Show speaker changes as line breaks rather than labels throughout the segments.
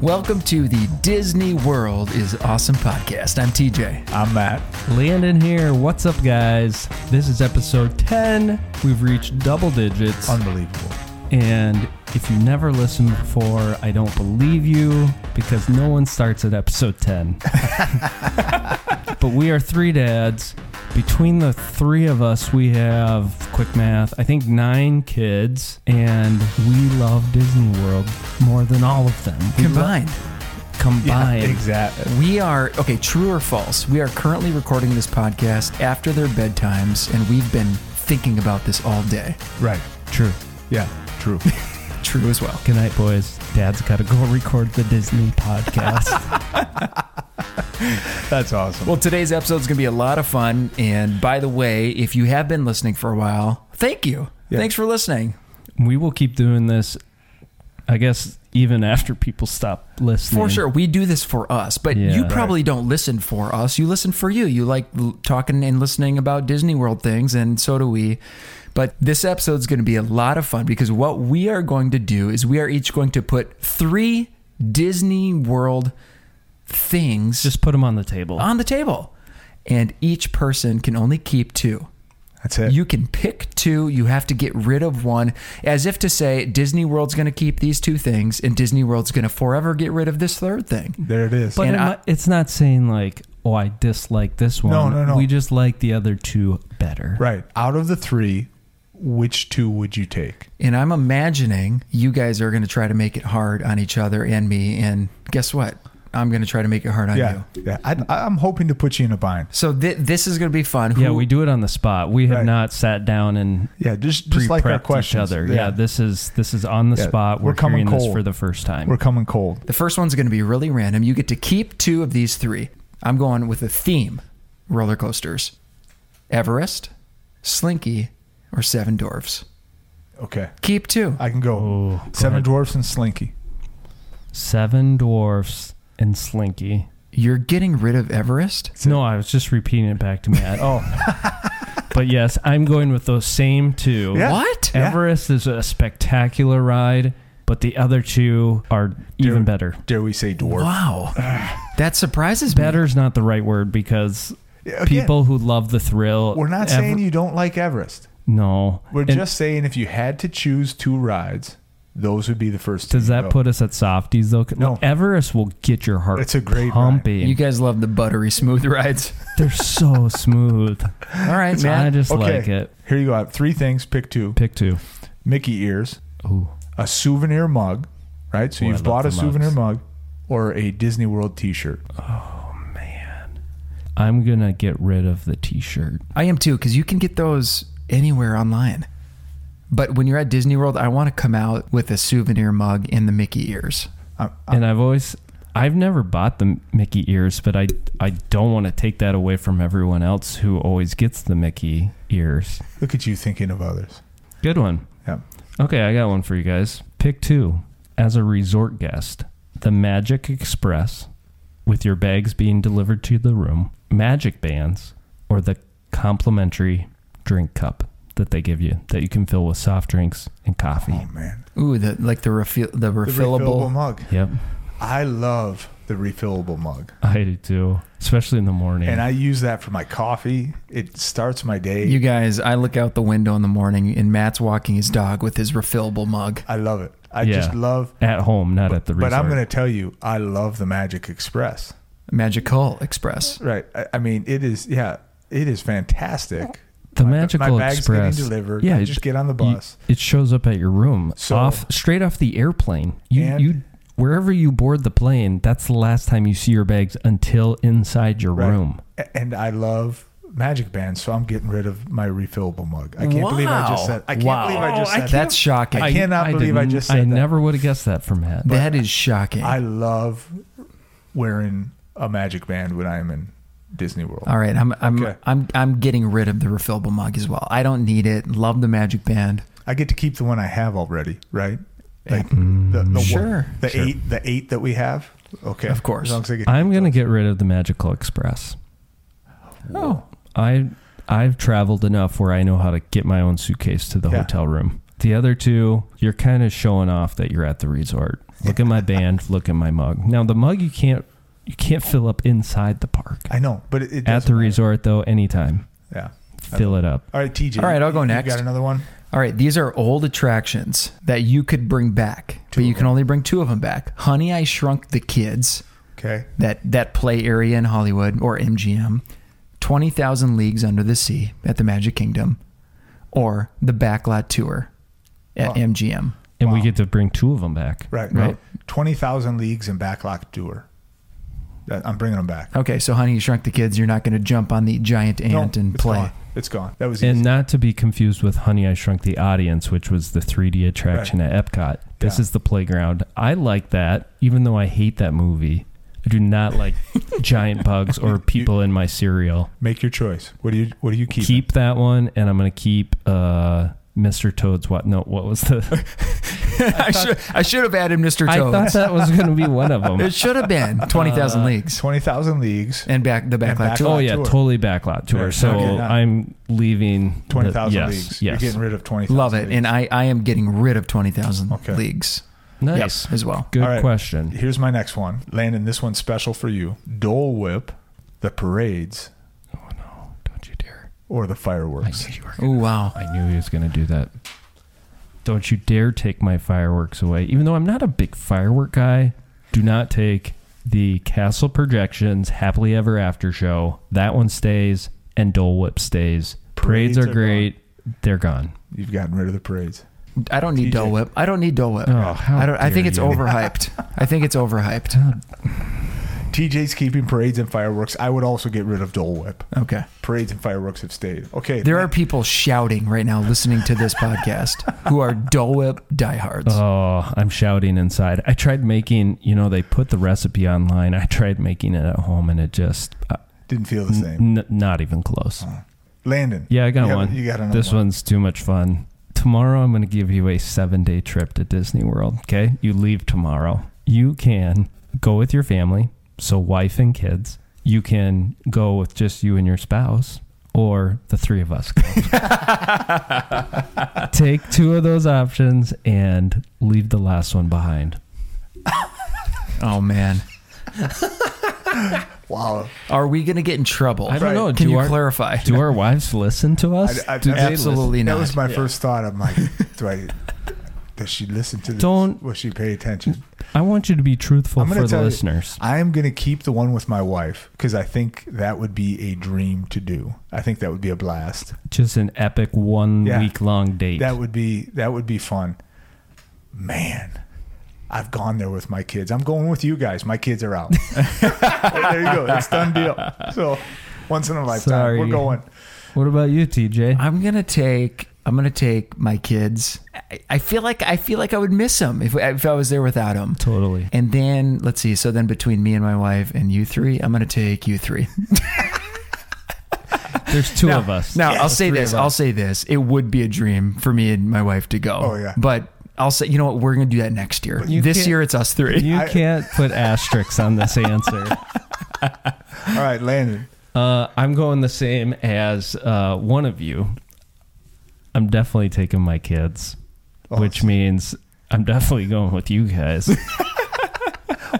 Welcome to the Disney World is Awesome podcast. I'm TJ.
I'm Matt.
Landon here. What's up, guys? This is episode 10. We've reached double digits.
Unbelievable.
And if you never listened before, I don't believe you because no one starts at episode 10. but we are three dads. Between the three of us, we have quick math, I think nine kids, and we love Disney World more than all of them. We lo-
Combined,
combined.
exactly.
we are okay, true or false. We are currently recording this podcast after their bedtimes, and we've been thinking about this all day.
Right.
True.
Yeah. True.
True as well.
Good night, boys. Dad's got to go record the Disney podcast.
That's awesome.
Well, today's episode is going to be a lot of fun. And by the way, if you have been listening for a while, thank you.
Yeah.
Thanks for listening.
we will keep doing this, I guess, even after people stop listening.
For sure, we do this for us, but
Yeah.
you probably don't listen for us. You listen for you. You like l- talking and listening about Disney World things, and so do we. But this episode's going to be a lot of fun because what we are going to do is we are each going to put three Disney World things
Just put them on the table.
on the table, and each person can only keep two.
That's it.
You can pick two. You have to get rid of one, as if to say Disney World's going to keep these two things, and Disney World's going to forever get rid of this third thing.
there it is.
But
And
it
I-
mi- it's not saying like, oh, I dislike this one.
No, no, no.
We just like the other two better.
right. Out of the three, which two would you take?
And I'm imagining you guys are going to try to make it hard on each other and me. And guess what? I'm going to try to make it hard on
yeah.
you.
Yeah. I, I'm hoping to put you in a bind.
So th- this is going to be fun.
Yeah, we do it on the spot. We have
Right.
not sat down and
Yeah. Just
pre
just like our
prepped each
questions.
other. Yeah. this is this is on the
Yeah,
spot.
we're
We're,
coming
hearing this
cold.
for the first time.
We're coming cold.
The first one's going to be really random. You get to keep two of these three. I'm going with a theme: roller coasters, Everest, Slinky, or Seven Dwarfs.
Okay.
Keep two.
I can go.
Oh, go
Seven
ahead.
Dwarfs and Slinky.
Seven dwarfs and Slinky.
You're getting rid of Everest.
it.
No, I was just repeating it back to Matt.
Oh,
But yes, I'm going with those same two.
Yeah.
What?
Yeah.
Everest is a spectacular ride, but the other two are even
Dude.
better.
dare we say dwarf?
Wow. that surprises me.
Better's not the right word because
Again,
people who love the thrill.
We're not
Ever-
saying you don't like Everest.
No.
We're
And
just saying if you had to choose two rides, those would be the first.
Does
two you
that
go.
put us at softies though?
No.
Everest will get your heart
It's a great ride.
pumping.
You guys love the buttery smooth rides.
They're so smooth.
All right,
I
man.
just
Okay.
like it.
Here you go. I have Three things. Pick two.
Pick two.
Mickey ears,
Ooh.
a souvenir mug, right? So
Ooh, I
you've
love
bought
the
a souvenir
mugs.
mug or a Disney World T-shirt.
I'm gonna get rid of the T-shirt.
I am too, because you can get those anywhere online. But when you're at Disney World, I want to come out with a souvenir mug and the Mickey ears.
I'm,
and I've always I've never bought the Mickey ears, but I I don't want to take that away from everyone else who always gets the Mickey ears.
look at you thinking of others.
Good one.
Yeah.
Okay, I got one for you guys. Pick two. As a resort guest, the Magic Express with your bags being delivered to the room, magic bands, or the complimentary drink cup that they give you that you can fill with soft drinks and
Oh
coffee.
man,
Ooh, the like the refill the
the refillable
refillable.
mug.
Yep.
I love the refillable mug,
I do too. Especially in the morning.
and I use that for my coffee. It starts my day.
you guys, I look out the window in the morning and Matt's walking his dog with his refillable mug.
I love it. I
Yeah.
just love.
at home, not at the resort.
But I'm going to tell you, I love the Magic Express.
Magical Express.
Right. I, I mean, it is. Yeah, it is fantastic.
the
My-
Magical
my bag's
Express.
getting delivered.
Yeah,
I
it-
just get on the
you-
bus.
it shows up at your room,
So-
off straight off the airplane. You
And-
you wherever you board the plane, that's the last time you see your bags until inside your
Right.
room.
A- and I love Magic Bands, so I'm getting rid of my refillable mug. I can't believe I just
Wow.
said. I can't
Wow.
believe I just
Oh, I
said. that.
That's shocking.
I cannot believe I
didn't-
just said
I
that.
never would have guessed that from Matt.
that is shocking.
I love wearing a Magic Band when I'm in Disney World.
All right, I'm I'm
Okay.
I'm I'm getting rid of the refillable mug as well. I don't need it. Love the Magic Band.
I get to keep the one I have already, right? Like
Mm.
the, the one-
Sure.
the
Sure.
eight, the eight that we have. Okay,
Of course.
As long as I get,
I'm gonna get rid of the Magical Express.
Oh.
I I've traveled enough where I know how to get my own suitcase to the
Yeah.
hotel room. The other two, you're kind of showing off that you're at the resort. Look at my band. Look at my mug. Now the mug you can't you can't fill up inside the park.
I know, but it, it
At the
doesn't-
resort though, anytime
Yeah.
fill it up.
All right, TJ.
All right, I'll go
you
next.
got another one?
All right, these are old attractions that you could bring back,
Two
but you
of
can
them.
only bring two of them back. Honey, I Shrunk the Kids,
Okay.
that that play area in Hollywood or MGM, Twenty Thousand Leagues Under the Sea at the Magic Kingdom, or the Backlot Tour at
Wow.
MGM.
And we
Wow.
get to bring two of them back.
Right.
Right.
Right. 20,000 leagues and backlot doer. That- I'm bringing them back.
Okay, so Honey, You Shrunk the Kids, you're not going to jump on the giant
No,
ant and
it's
play.
gone. It's gone. That was
And
easy.
not to be confused with Honey I Shrunk the Audience, which was the 3D attraction at Epcot. This
Yeah.
is the playground. I like that, even though I hate that movie. I do not like giant bugs or people in my cereal.
Make your choice. What do you What do you keep?
Keep, that one, and I'm going to keep uh, Mr. Toad's. What? No, what was the?
I, should, I should have added Mr.
I
Toad.
thought that was going to be one of them.
it should have been Twenty Thousand Leagues
20,000 leagues.
and back the Backlot
Uh, Backlot
Tour.
Oh yeah,
Tour.
totally backlot tour.
Right.
So
Okay, now-
I'm leaving the-
20,000
yes, Yes,
leagues. You're getting rid of 20,000.
Love it,
leagues.
and I I am getting rid of Twenty Thousand
Okay.
Leagues.
nice.
Yep, as well.
Good
All right.
question.
Here's my next one. Landon, this one's special for you. Dole Whip, the parades,
Oh, Don't you dare.
or the
I
fireworks.
knew you were.
Oh wow.
I knew he was going to do that. Don't you dare take my fireworks away. Even though I'm not a big firework guy, do not take the Castle Projections Happily Ever After show. That one stays and Dole Whip stays. Parades,
Parades
are,
are
great. They're gone.
You've gotten rid of the parades.
I don't need
TJ.
Dole Whip. I don't need Dole Whip.
Oh, how
I don't. I
dare
think it's
you.
overhyped. I think it's overhyped.
How-
TJ's keeping parades and fireworks. I would also get rid of Dole Whip.
Okay.
Parades and fireworks have stayed. Okay.
There are people shouting right now listening to this podcast who are Dole Whip diehards.
Oh, I'm shouting inside. I tried making, you know, they put the recipe online. I tried making it at home and it just, uh,
Didn't feel the same.
n- not even close.
Landon.
Yeah, I got
you have-
one.
you got another
This
one.
one's too much fun. Tomorrow, I'm going to give you a seven day trip to Disney World. Okay. You leave tomorrow. You can go with your family, so wife and kids. You can go with just you and your spouse, or the three of us. Take two of those options and leave the last one behind.
Oh man.
Wow.
Are we going to get in trouble?
I don't
Right.
know.
know.
Can
do
you
our
clarify?
do our wives listen to us?
I- I-
do they listen?
Absolutely
That
not.
was my first thought. I'm like, do I? Does she listen to this?
Don't-
Will she pay attention?
I want you to be truthful
I'm gonna
for the
tell you-
listeners.
I am going to keep the one with my wife because I think that would be a dream to do. I think that would be a blast.
Just an epic one
Yeah.
week long date.
That would be that would be fun. Man, I've gone there with my kids. I'm going with you guys. My kids are out. there you go. It's done deal. So once in a lifetime, we're
Sorry.
going.
What about you, TJ?
I'm gonna take. I'm gonna take my kids. I, I feel like I feel like I would miss them if if I was there without them.
Totally.
And then let's see. So then between me and my wife and you three, I'm gonna take you three.
There's two of us.
Now I'll say
Three
this.
of us.
I'll say this. It would be a dream for me and my wife to go.
Oh, yeah.
But I'll say, you know what? We're gonna do that next year.
You
This
can't-
year it's us three.
you
I-
can't put asterisks on this answer.
All right, Landon.
Uh, I'm going the same as uh, one of you. I'm definitely taking my kids, which means I'm definitely going with you guys.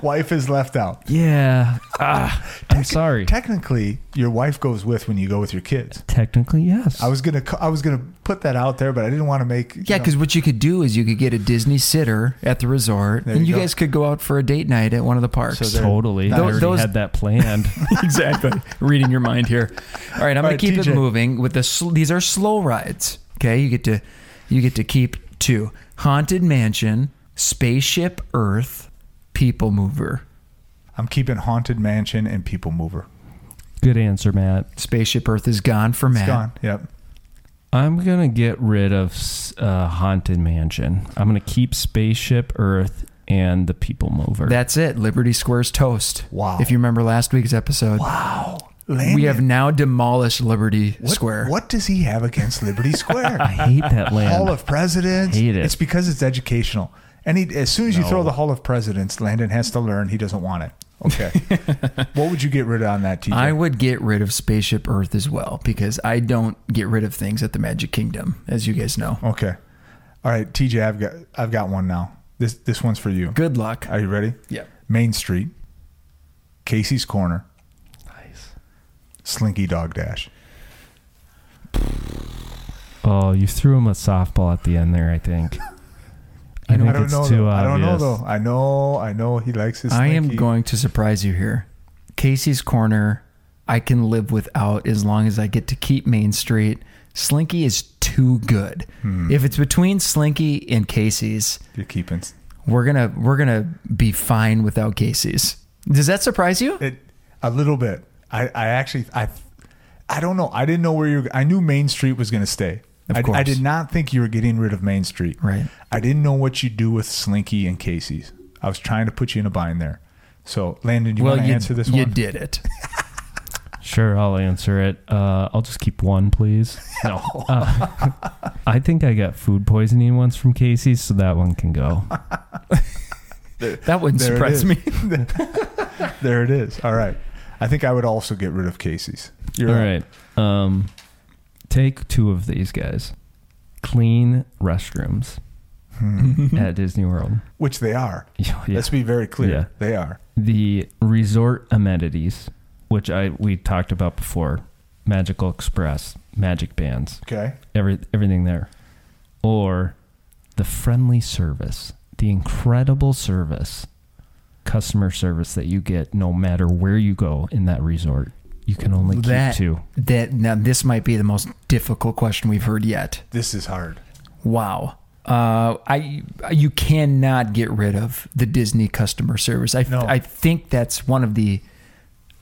Wife is left out.
yeah. Ah, I'm sorry.
Technically, your wife goes with when you go with your kids.
Technically, yes.
I was gonna co- I was gonna put that out there, but I didn't want to make you
yeah,
know,
because what you could do is you could get a Disney sitter at the resort,
There
and
you
you
go.
guys could go out for a date night at one of the parks.
So there-
totally. I
Those-
already
those-
had that planned.
exactly. Reading your mind here. All right, I'm
All
going
right,
to keep
TJ.
it moving with the sl- these are slow rides. Okay, you get to you get to keep two. Haunted Mansion, Spaceship Earth, People Mover.
I'm keeping Haunted Mansion and People Mover.
Good answer, Matt.
Spaceship Earth is gone for Matt.
It's gone. Yep.
I'm gonna get rid of s- uh, haunted mansion. I'm gonna keep spaceship Earth and the people mover.
That's it. Liberty Square's toast.
Wow.
If you remember last week's episode,
Wow.
we have now demolished Liberty Square.
What does he have against Liberty
I
Square?
hate that land.
Hall of Presidents.
Hate it.
It's because it's educational. And he, as soon as you
No.
throw the Hall of Presidents, Landon has to learn he doesn't want it. Okay. what would you get rid of on that, TJ?
I would get rid of Spaceship Earth as well because I don't get rid of things at the Magic Kingdom, as you guys know.
okay. All right, TJ, I've got I've got one now. This this one's for you.
Good luck.
Are you ready?
Yeah.
Main Street, Casey's Corner,
Nice.
Slinky Dog Dash.
Oh, you threw him a softball at the end there. I think. I, think
I don't
it's
know.
too
though. I don't know
obvious.
though. I know. I know he likes his.
I am
Slinky.
going to surprise you here. Casey's Corner, I can live without as long as I get to keep Main Street. Slinky is too good.
Hmm.
If it's between Slinky and Casey's,
You're keeping. s-
we're gonna we're gonna be fine without Casey's. Does that surprise you?
It a little bit. I, I actually I I don't know. I didn't know where you. were I knew Main Street was going to stay.
Of
I, I
course.
did not think you were getting rid of Main Street.
Right.
I didn't know what you do with Slinky and Casey's. I was trying to put you in a bind there. So Landon, you
well,
want to
you,
answer this
you
one?
did it.
Sure, I'll answer it. Uh, I'll just keep one, please. No. Uh, I think I got food poisoning once from Casey's, so that one can go.
That wouldn't
There it
surprise
is.
me.
There it is. All right. I think I would also get rid of Casey's. You're
All
right.
right. Um, take two of these guys. Clean restrooms at Disney World.
Hmm. Which they are.
Yeah.
Let's be very clear.
Yeah.
They are.
the resort amenities, which I we talked about before, Magical Express, Magic Bands,
Okay.
every everything there, or the friendly service, the incredible service, customer service that you get no matter where you go in that resort. You can only keep
that
two.
that now this might be the most difficult question we've heard yet.
This is hard.
Wow. Uh, I you cannot get rid of the Disney customer service. I
No.
I think that's one of the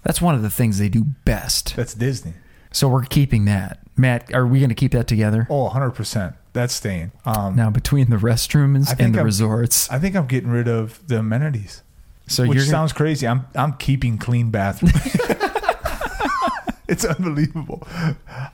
that's one of the things they do best.
That's Disney.
So we're keeping that. Matt, are we going to keep that together?
Oh, 100%. That's staying. Um,
Now between the restrooms
I think
and the
I'm-
resorts,
I think I'm getting rid of the amenities.
so
which
you're gonna-
sounds crazy. I'm I'm keeping clean bathrooms. it's unbelievable.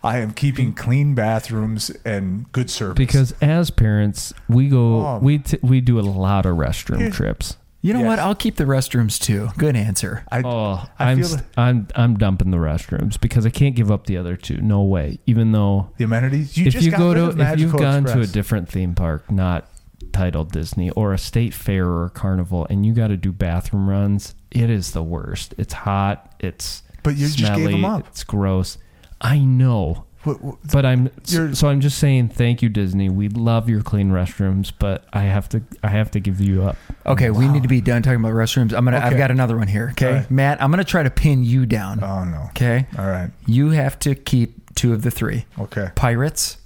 I am keeping clean bathrooms and good service.
Because as parents, we go
Oh.
we t- we do a lot of restroom
Yeah.
trips.
you know what?
Yes.
I'll keep the restrooms too. Good answer.
I,
Oh,
I
I'm
feel
st-
it.
I'm I'm dumping the restrooms because I can't give up the other two. No way. Even though
the amenities. You
if
just
you
got
go
rid
to
of
if you've
Magical
gone to a
Express.
different theme park, not titled Disney or a state fair or a carnival, and you got to do bathroom runs, it is the worst. It's hot. It's
But you just gave
smelly,
'em up.
It's gross. I know,
What- what-
but I'm
You're-
so I'm just saying thank you Disney. We love your clean restrooms, but I have to I have to give you up.
Okay, we need to be done talking about restrooms. I'm gonna. I've
Okay.
got another one here. Okay,
All right.
Matt, I'm gonna try to pin you down.
oh no.
Okay,
All right.
you have to keep two of the three:
Okay.
pirates,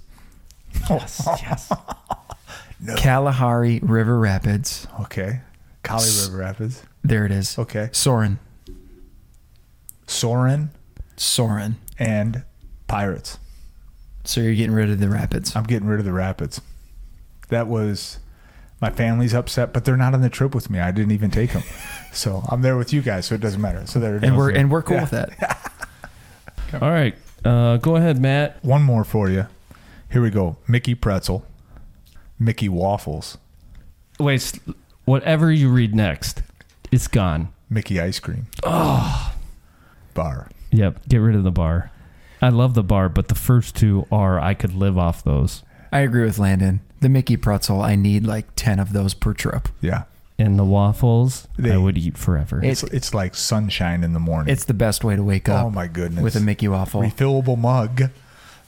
Yes, yes.
Kalahari River Rapids.
Okay. Kali River Rapids.
There it is.
Okay.
Soren,
Soren
Soren.
and Pirates.
So you're getting rid of the rapids.
I'm getting rid of the Rapids. That was my family's upset, but they're not on the trip with me. I didn't even take them, so I'm there with you guys. So it doesn't matter. So there. it
and
is.
we're and we're cool
Yeah.
with that.
All right. Uh, go ahead, Matt.
One more for you. Here we go. Mickey Pretzel, Mickey Waffles,
Wait, s- whatever you read next, it's gone.
Mickey Ice Cream. Oh. Bar.
Yep, get rid of the bar. I love the bar, but the first two are I could live off those.
I agree with Landon. The Mickey pretzel, I need like ten of those per trip.
Yeah.
And the waffles, I
They-
would eat forever.
It-
It's it's like sunshine in the morning.
It's the best way to wake up.
oh my goodness.
With a Mickey waffle.
refillable mug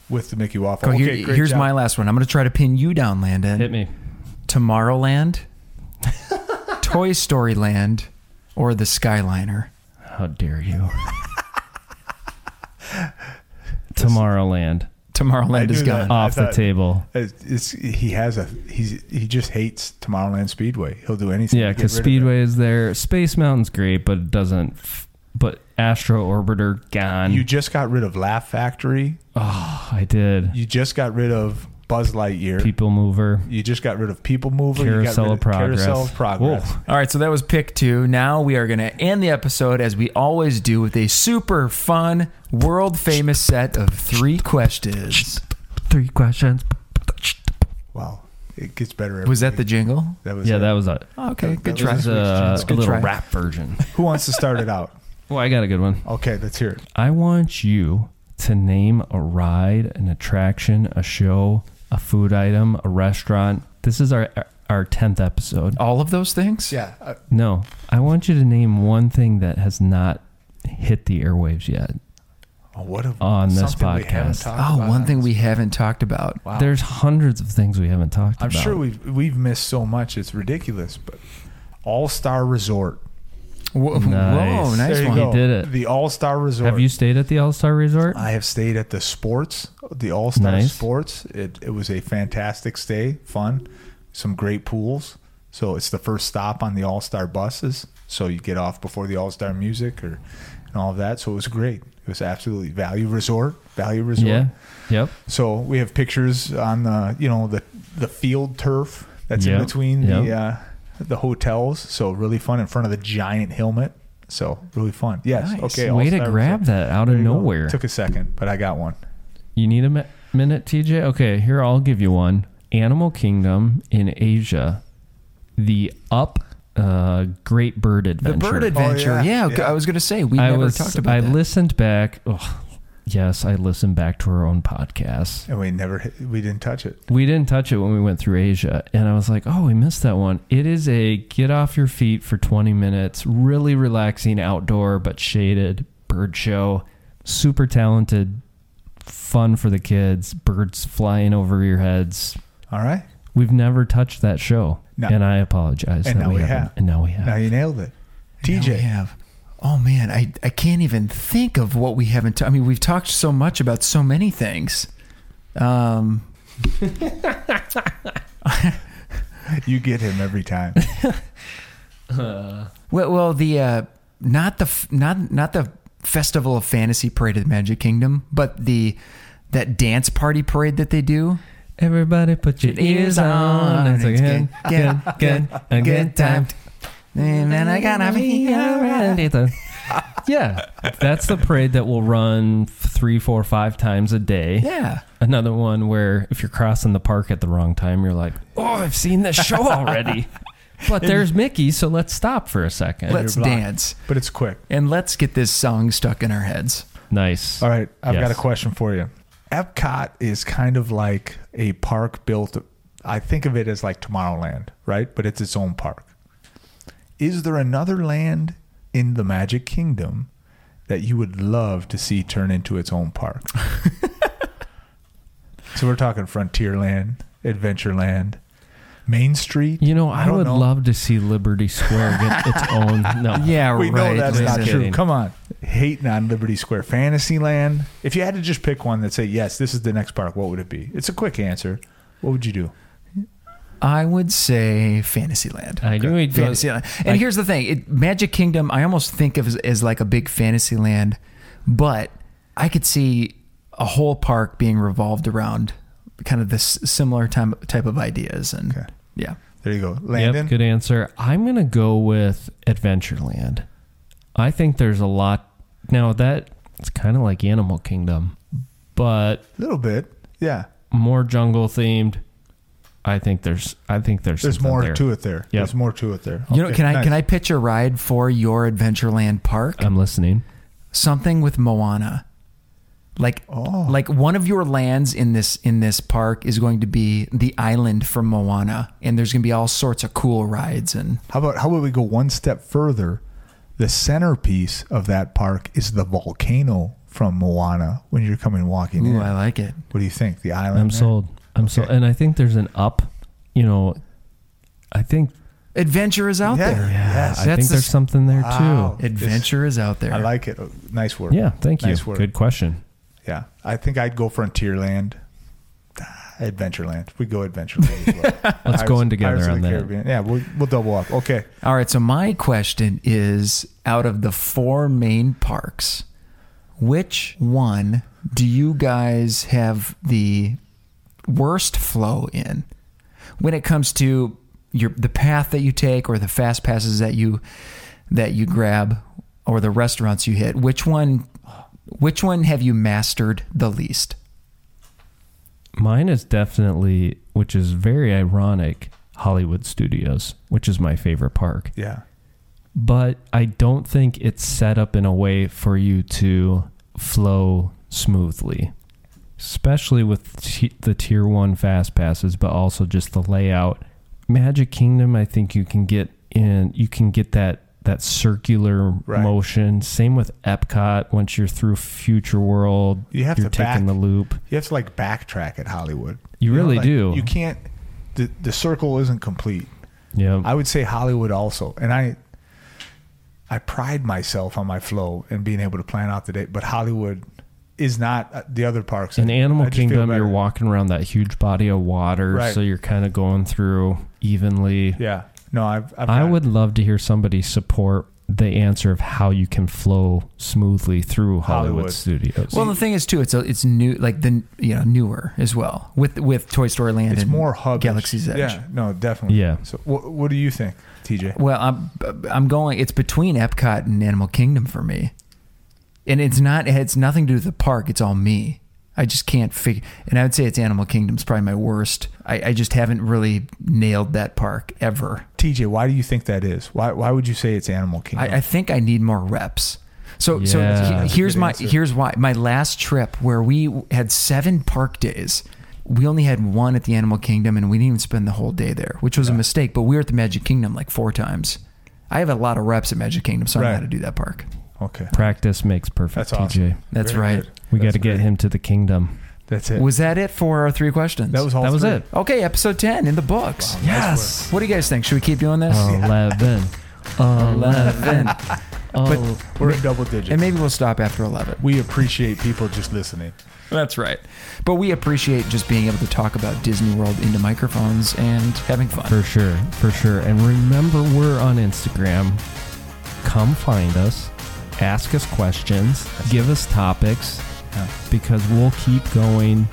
with the Mickey waffle.
Go, here-
okay, great
here's
job.
my last one. I'm going to try to pin you down, Landon.
Hit me.
Tomorrowland, Toy Story Land, or the Skyliner.
How dare you? Tomorrowland
Tomorrowland
I
is
knew that.
gone.
I
off the
thought-
table.
It's, it's, he has a he's he just hates Tomorrowland Speedway. He'll do anything.
Yeah,
to get
because
rid of
Speedway is there. Space Mountain's great, but it doesn't. F- but Astro Orbiter
it.
gone.
You just got rid of Laugh Factory.
oh, I did.
You just got rid of Buzz Lightyear.
People Mover.
you just got rid of People Mover.
Carousel
you
of
got rid
Progress.
Carousel of Progress.
Whoa.
All right, so that was pick two. Now we are going to end the episode as we always do with a super fun, world famous set of three questions.
Three questions.
Wow, it gets better. Every
Was that the
week.
jingle?
that was
Yeah,
it.
that was a,
Okay, good
That
try.
was
a, a
Good
little
try.
rap version.
Who wants to start it out?
Well, I got a good one.
Okay, let's hear it.
I want you to name a ride, an attraction, a show, a food item, a restaurant. This is our our 10th episode.
All of those things?
Yeah. Uh,
No, I want you to name one thing that has not hit the airwaves yet.
oh, what a,
On this
something we haven't
podcast.
talked
Oh,
about
one
on
thing
this-
we haven't talked about.
Wow.
There's hundreds of things we haven't talked
I'm
about.
sure we've we've missed so much. It's ridiculous. But All Star Resort.
Whoa,
Nice.
whoa, nice
There you
one.
go.
He did it.
The All Star Resort.
Have you stayed at the All Star Resort?
I have stayed at the sports, the All Star
Nice.
Sports. It it was a fantastic stay, fun, some great pools. So it's the first stop on the All Star buses. So you get off before the All Star music or and all of that. So it was great. It was absolutely value resort, value resort.
yeah. Yep.
So we have pictures on the you know the the field turf that's
Yep,
in between the
yep.
uh, the hotels. So really fun in front of the giant helmet. So really fun. Yes.
Nice.
Okay.
Way to
All-Star
grab
Resort.
that out
There
of
you go.
nowhere.
Took a second, but I got one.
You need a mi- minute, TJ? Okay, here, I'll give you one. Animal Kingdom in Asia, the Up uh, Great Bird
The
Adventure.
bird adventure.
Oh, yeah.
yeah.
Yeah.
I was going to say, we
I
never
was,
talked about
I
that.
listened back. Oh, yes, I listened back to our own podcast.
and we never hit, we didn't touch it.
We didn't touch it when we went through Asia, and I was like, "Oh, we missed that one." It is a get off your feet for 20 minutes, really relaxing outdoor but shaded bird show. Super talented, fun for the kids. Birds flying over your heads.
All right,
We've never touched that show,
No.
and I apologize.
And
that
now we
haven't.
have.
And now we have.
now you nailed it,
Now we
TJ.
have. Oh man, I, I can't even think of what we haven't. ta- I mean, we've talked so much about so many things. Um,
You get him every time.
well, well, the uh, not the f- not not the festival of fantasy parade at the Magic Kingdom, but the that dance party parade that they do.
Everybody, put your ears on. It's
It's
again,
good,
again, again,
good,
again,
good time.
time.
And then I gotta be alright.
yeah, that's the parade that will run three, four, five times a day.
Yeah.
Another one where if you're crossing the park at the wrong time, you're like, "Oh, I've seen this show already." but there's Mickey, so let's stop for a 2nd
Let's
you're blind.
dance
but it's quick.
and let's get this song stuck in our heads.
nice.
All right, I've got a
Yes.
question for you. Epcot is kind of like a park built. I think of it as like Tomorrowland, right? But it's its own park. Is there another land in the Magic Kingdom that you would love to see turn into its own park? so we're talking Frontierland, Adventureland, Main Street.
You know, I,
don't
would
know.
love to see Liberty Square get its own. No,
Yeah,
We
right.
know that's
just
not true.
kidding.
Come on, hating on Liberty Square, Fantasyland. If you had to just pick one that say yes, this is the next park, what would it be? It's a quick answer. What would you do?
I would say Fantasyland.
I knew he'd go-
Fantasyland. And
I-
here's the thing: it, Magic Kingdom. I almost think of as, as like a big Fantasyland, but I could see a whole park being revolved around kind of this similar time, type of ideas. And
Okay.
yeah,
There you go,
Yep,
Landon.
good answer. I'm gonna go with Adventureland. I think there's a lot now that it's kind of like Animal Kingdom, but
A little bit, yeah.
more jungle themed. I think there's I think there's
There's
something
more
there.
to it there.
Yep.
There's more to it there.
you know,
Okay,
can I
nice.
can I pitch a ride for your Adventureland park?
I'm listening.
Something with Moana, like
Oh,
like one of your lands in this in this park is going to be the island from Moana, and there's going to be all sorts of cool rides and.
how about how about we go one step further? The centerpiece of that park is the volcano from Moana. When you're coming walking in,
Ooh, I
what
like it.
do you think? The island.
I'm
there?
sold. I'm sold.
Okay.
And I think there's an up. You know, I think
Adventure is out
Yeah.
there.
Yes.
I
That's
think
the
there's
s-
something there
Wow.
too.
Adventure is out there.
I like it. Oh, Nice work.
Yeah, thank you.
Nice work.
Good question.
Yeah, I think I'd go Frontierland, Ah, Adventureland. We go Adventureland. As well.
Let's go in together
Pirates of
on
the
that.
Caribbean. Yeah, we'll, we'll double up. Okay,
All right, so my question is out of the four main parks, which one do you guys have the worst flow in when it comes to your the path that you take or the fast passes that you that you grab or the restaurants you hit? Which one which one have you mastered the least?
Mine is definitely, which is very ironic, Hollywood Studios, which is my favorite park.
yeah,
But I don't think it's set up in a way for you to flow smoothly, especially with t- the tier one fast passes, but also just the layout. Magic Kingdom, I think you can get in. You can get that that circular
Right.
motion. Same with Epcot. Once you're through Future World,
You have
you're
to
taking
back-
the loop.
You have to like backtrack at Hollywood.
You
know,
really
like,
do.
You can't. The the circle isn't complete.
Yeah.
I would say Hollywood also, and I. I pride myself on my flow and being able to plan out the day, but Hollywood is not uh, the other parks.
In
I
Animal
just feel
Kingdom, you're
better.
walking around that huge body of water,
Right.
so you're kind of going through evenly.
Yeah. No, I've. I've
I
got-
would love to hear somebody support the answer of how you can flow smoothly through Hollywood,
Hollywood.
studios.
Well, the thing is too, it's a, it's new, like the you know newer as well with with Toy Story Land.
It's
and
more hub.
Galaxy's Edge.
Yeah. No, definitely.
Yeah.
So, what what do you think, TJ?
Well, I'm I'm going. It's between Epcot and Animal Kingdom for me, and it's not. It's nothing to do with the park. It's all me. I just can't figure. And I would say it's Animal Kingdom's probably my worst. I, I just haven't really nailed that park ever.
TJ, why do you think that is? Why why would you say it's Animal Kingdom?
I, I think I need more reps. So
Yeah.
so he-
That's
a
here's
good
my
answer.
here's why my last trip where we had seven park days. We only had one at the Animal Kingdom, and we didn't even spend the whole day there, which was a mistake. But we were at the Magic Kingdom like four times. I have a lot of reps at Magic Kingdom, so I know
Mm-hmm. Right.
how to do that park.
okay.
Practice makes perfect,
That's awesome.
TJ.
That's
Very
right.
good.
We got
That's
to get
great.
him to the kingdom.
That's it.
Was that it for our three questions?
that was all
that was
three.
it.
okay. Episode ten in the books.
Wow. Oh.
Yes.
What do you guys think? Should we keep doing this?
11. 11.
Eleven,
Oh,
We're in double digits.
and maybe we'll stop after eleven.
we appreciate people just listening.
That's right. But we appreciate just being able to talk about Disney World into microphones and having fun.
for sure. For sure. And remember, we're on Instagram. Come find us. Ask us questions. Give us topics
Yeah.
because we'll keep going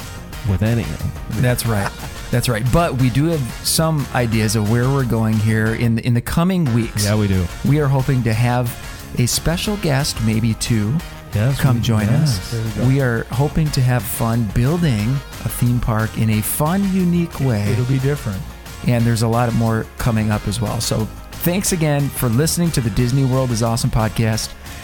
with anything.
That's right. That's right. But we do have some ideas of where we're going here in the, in the coming weeks.
Yeah, we do.
we are hoping to have a special guest, maybe two,
Yes.
come join us.
There we go.
We are hoping to have fun building a theme park in a fun, unique way.
It'll be different.
and there's a lot more coming up as well. So thanks again for listening to the Disney World is Awesome podcast,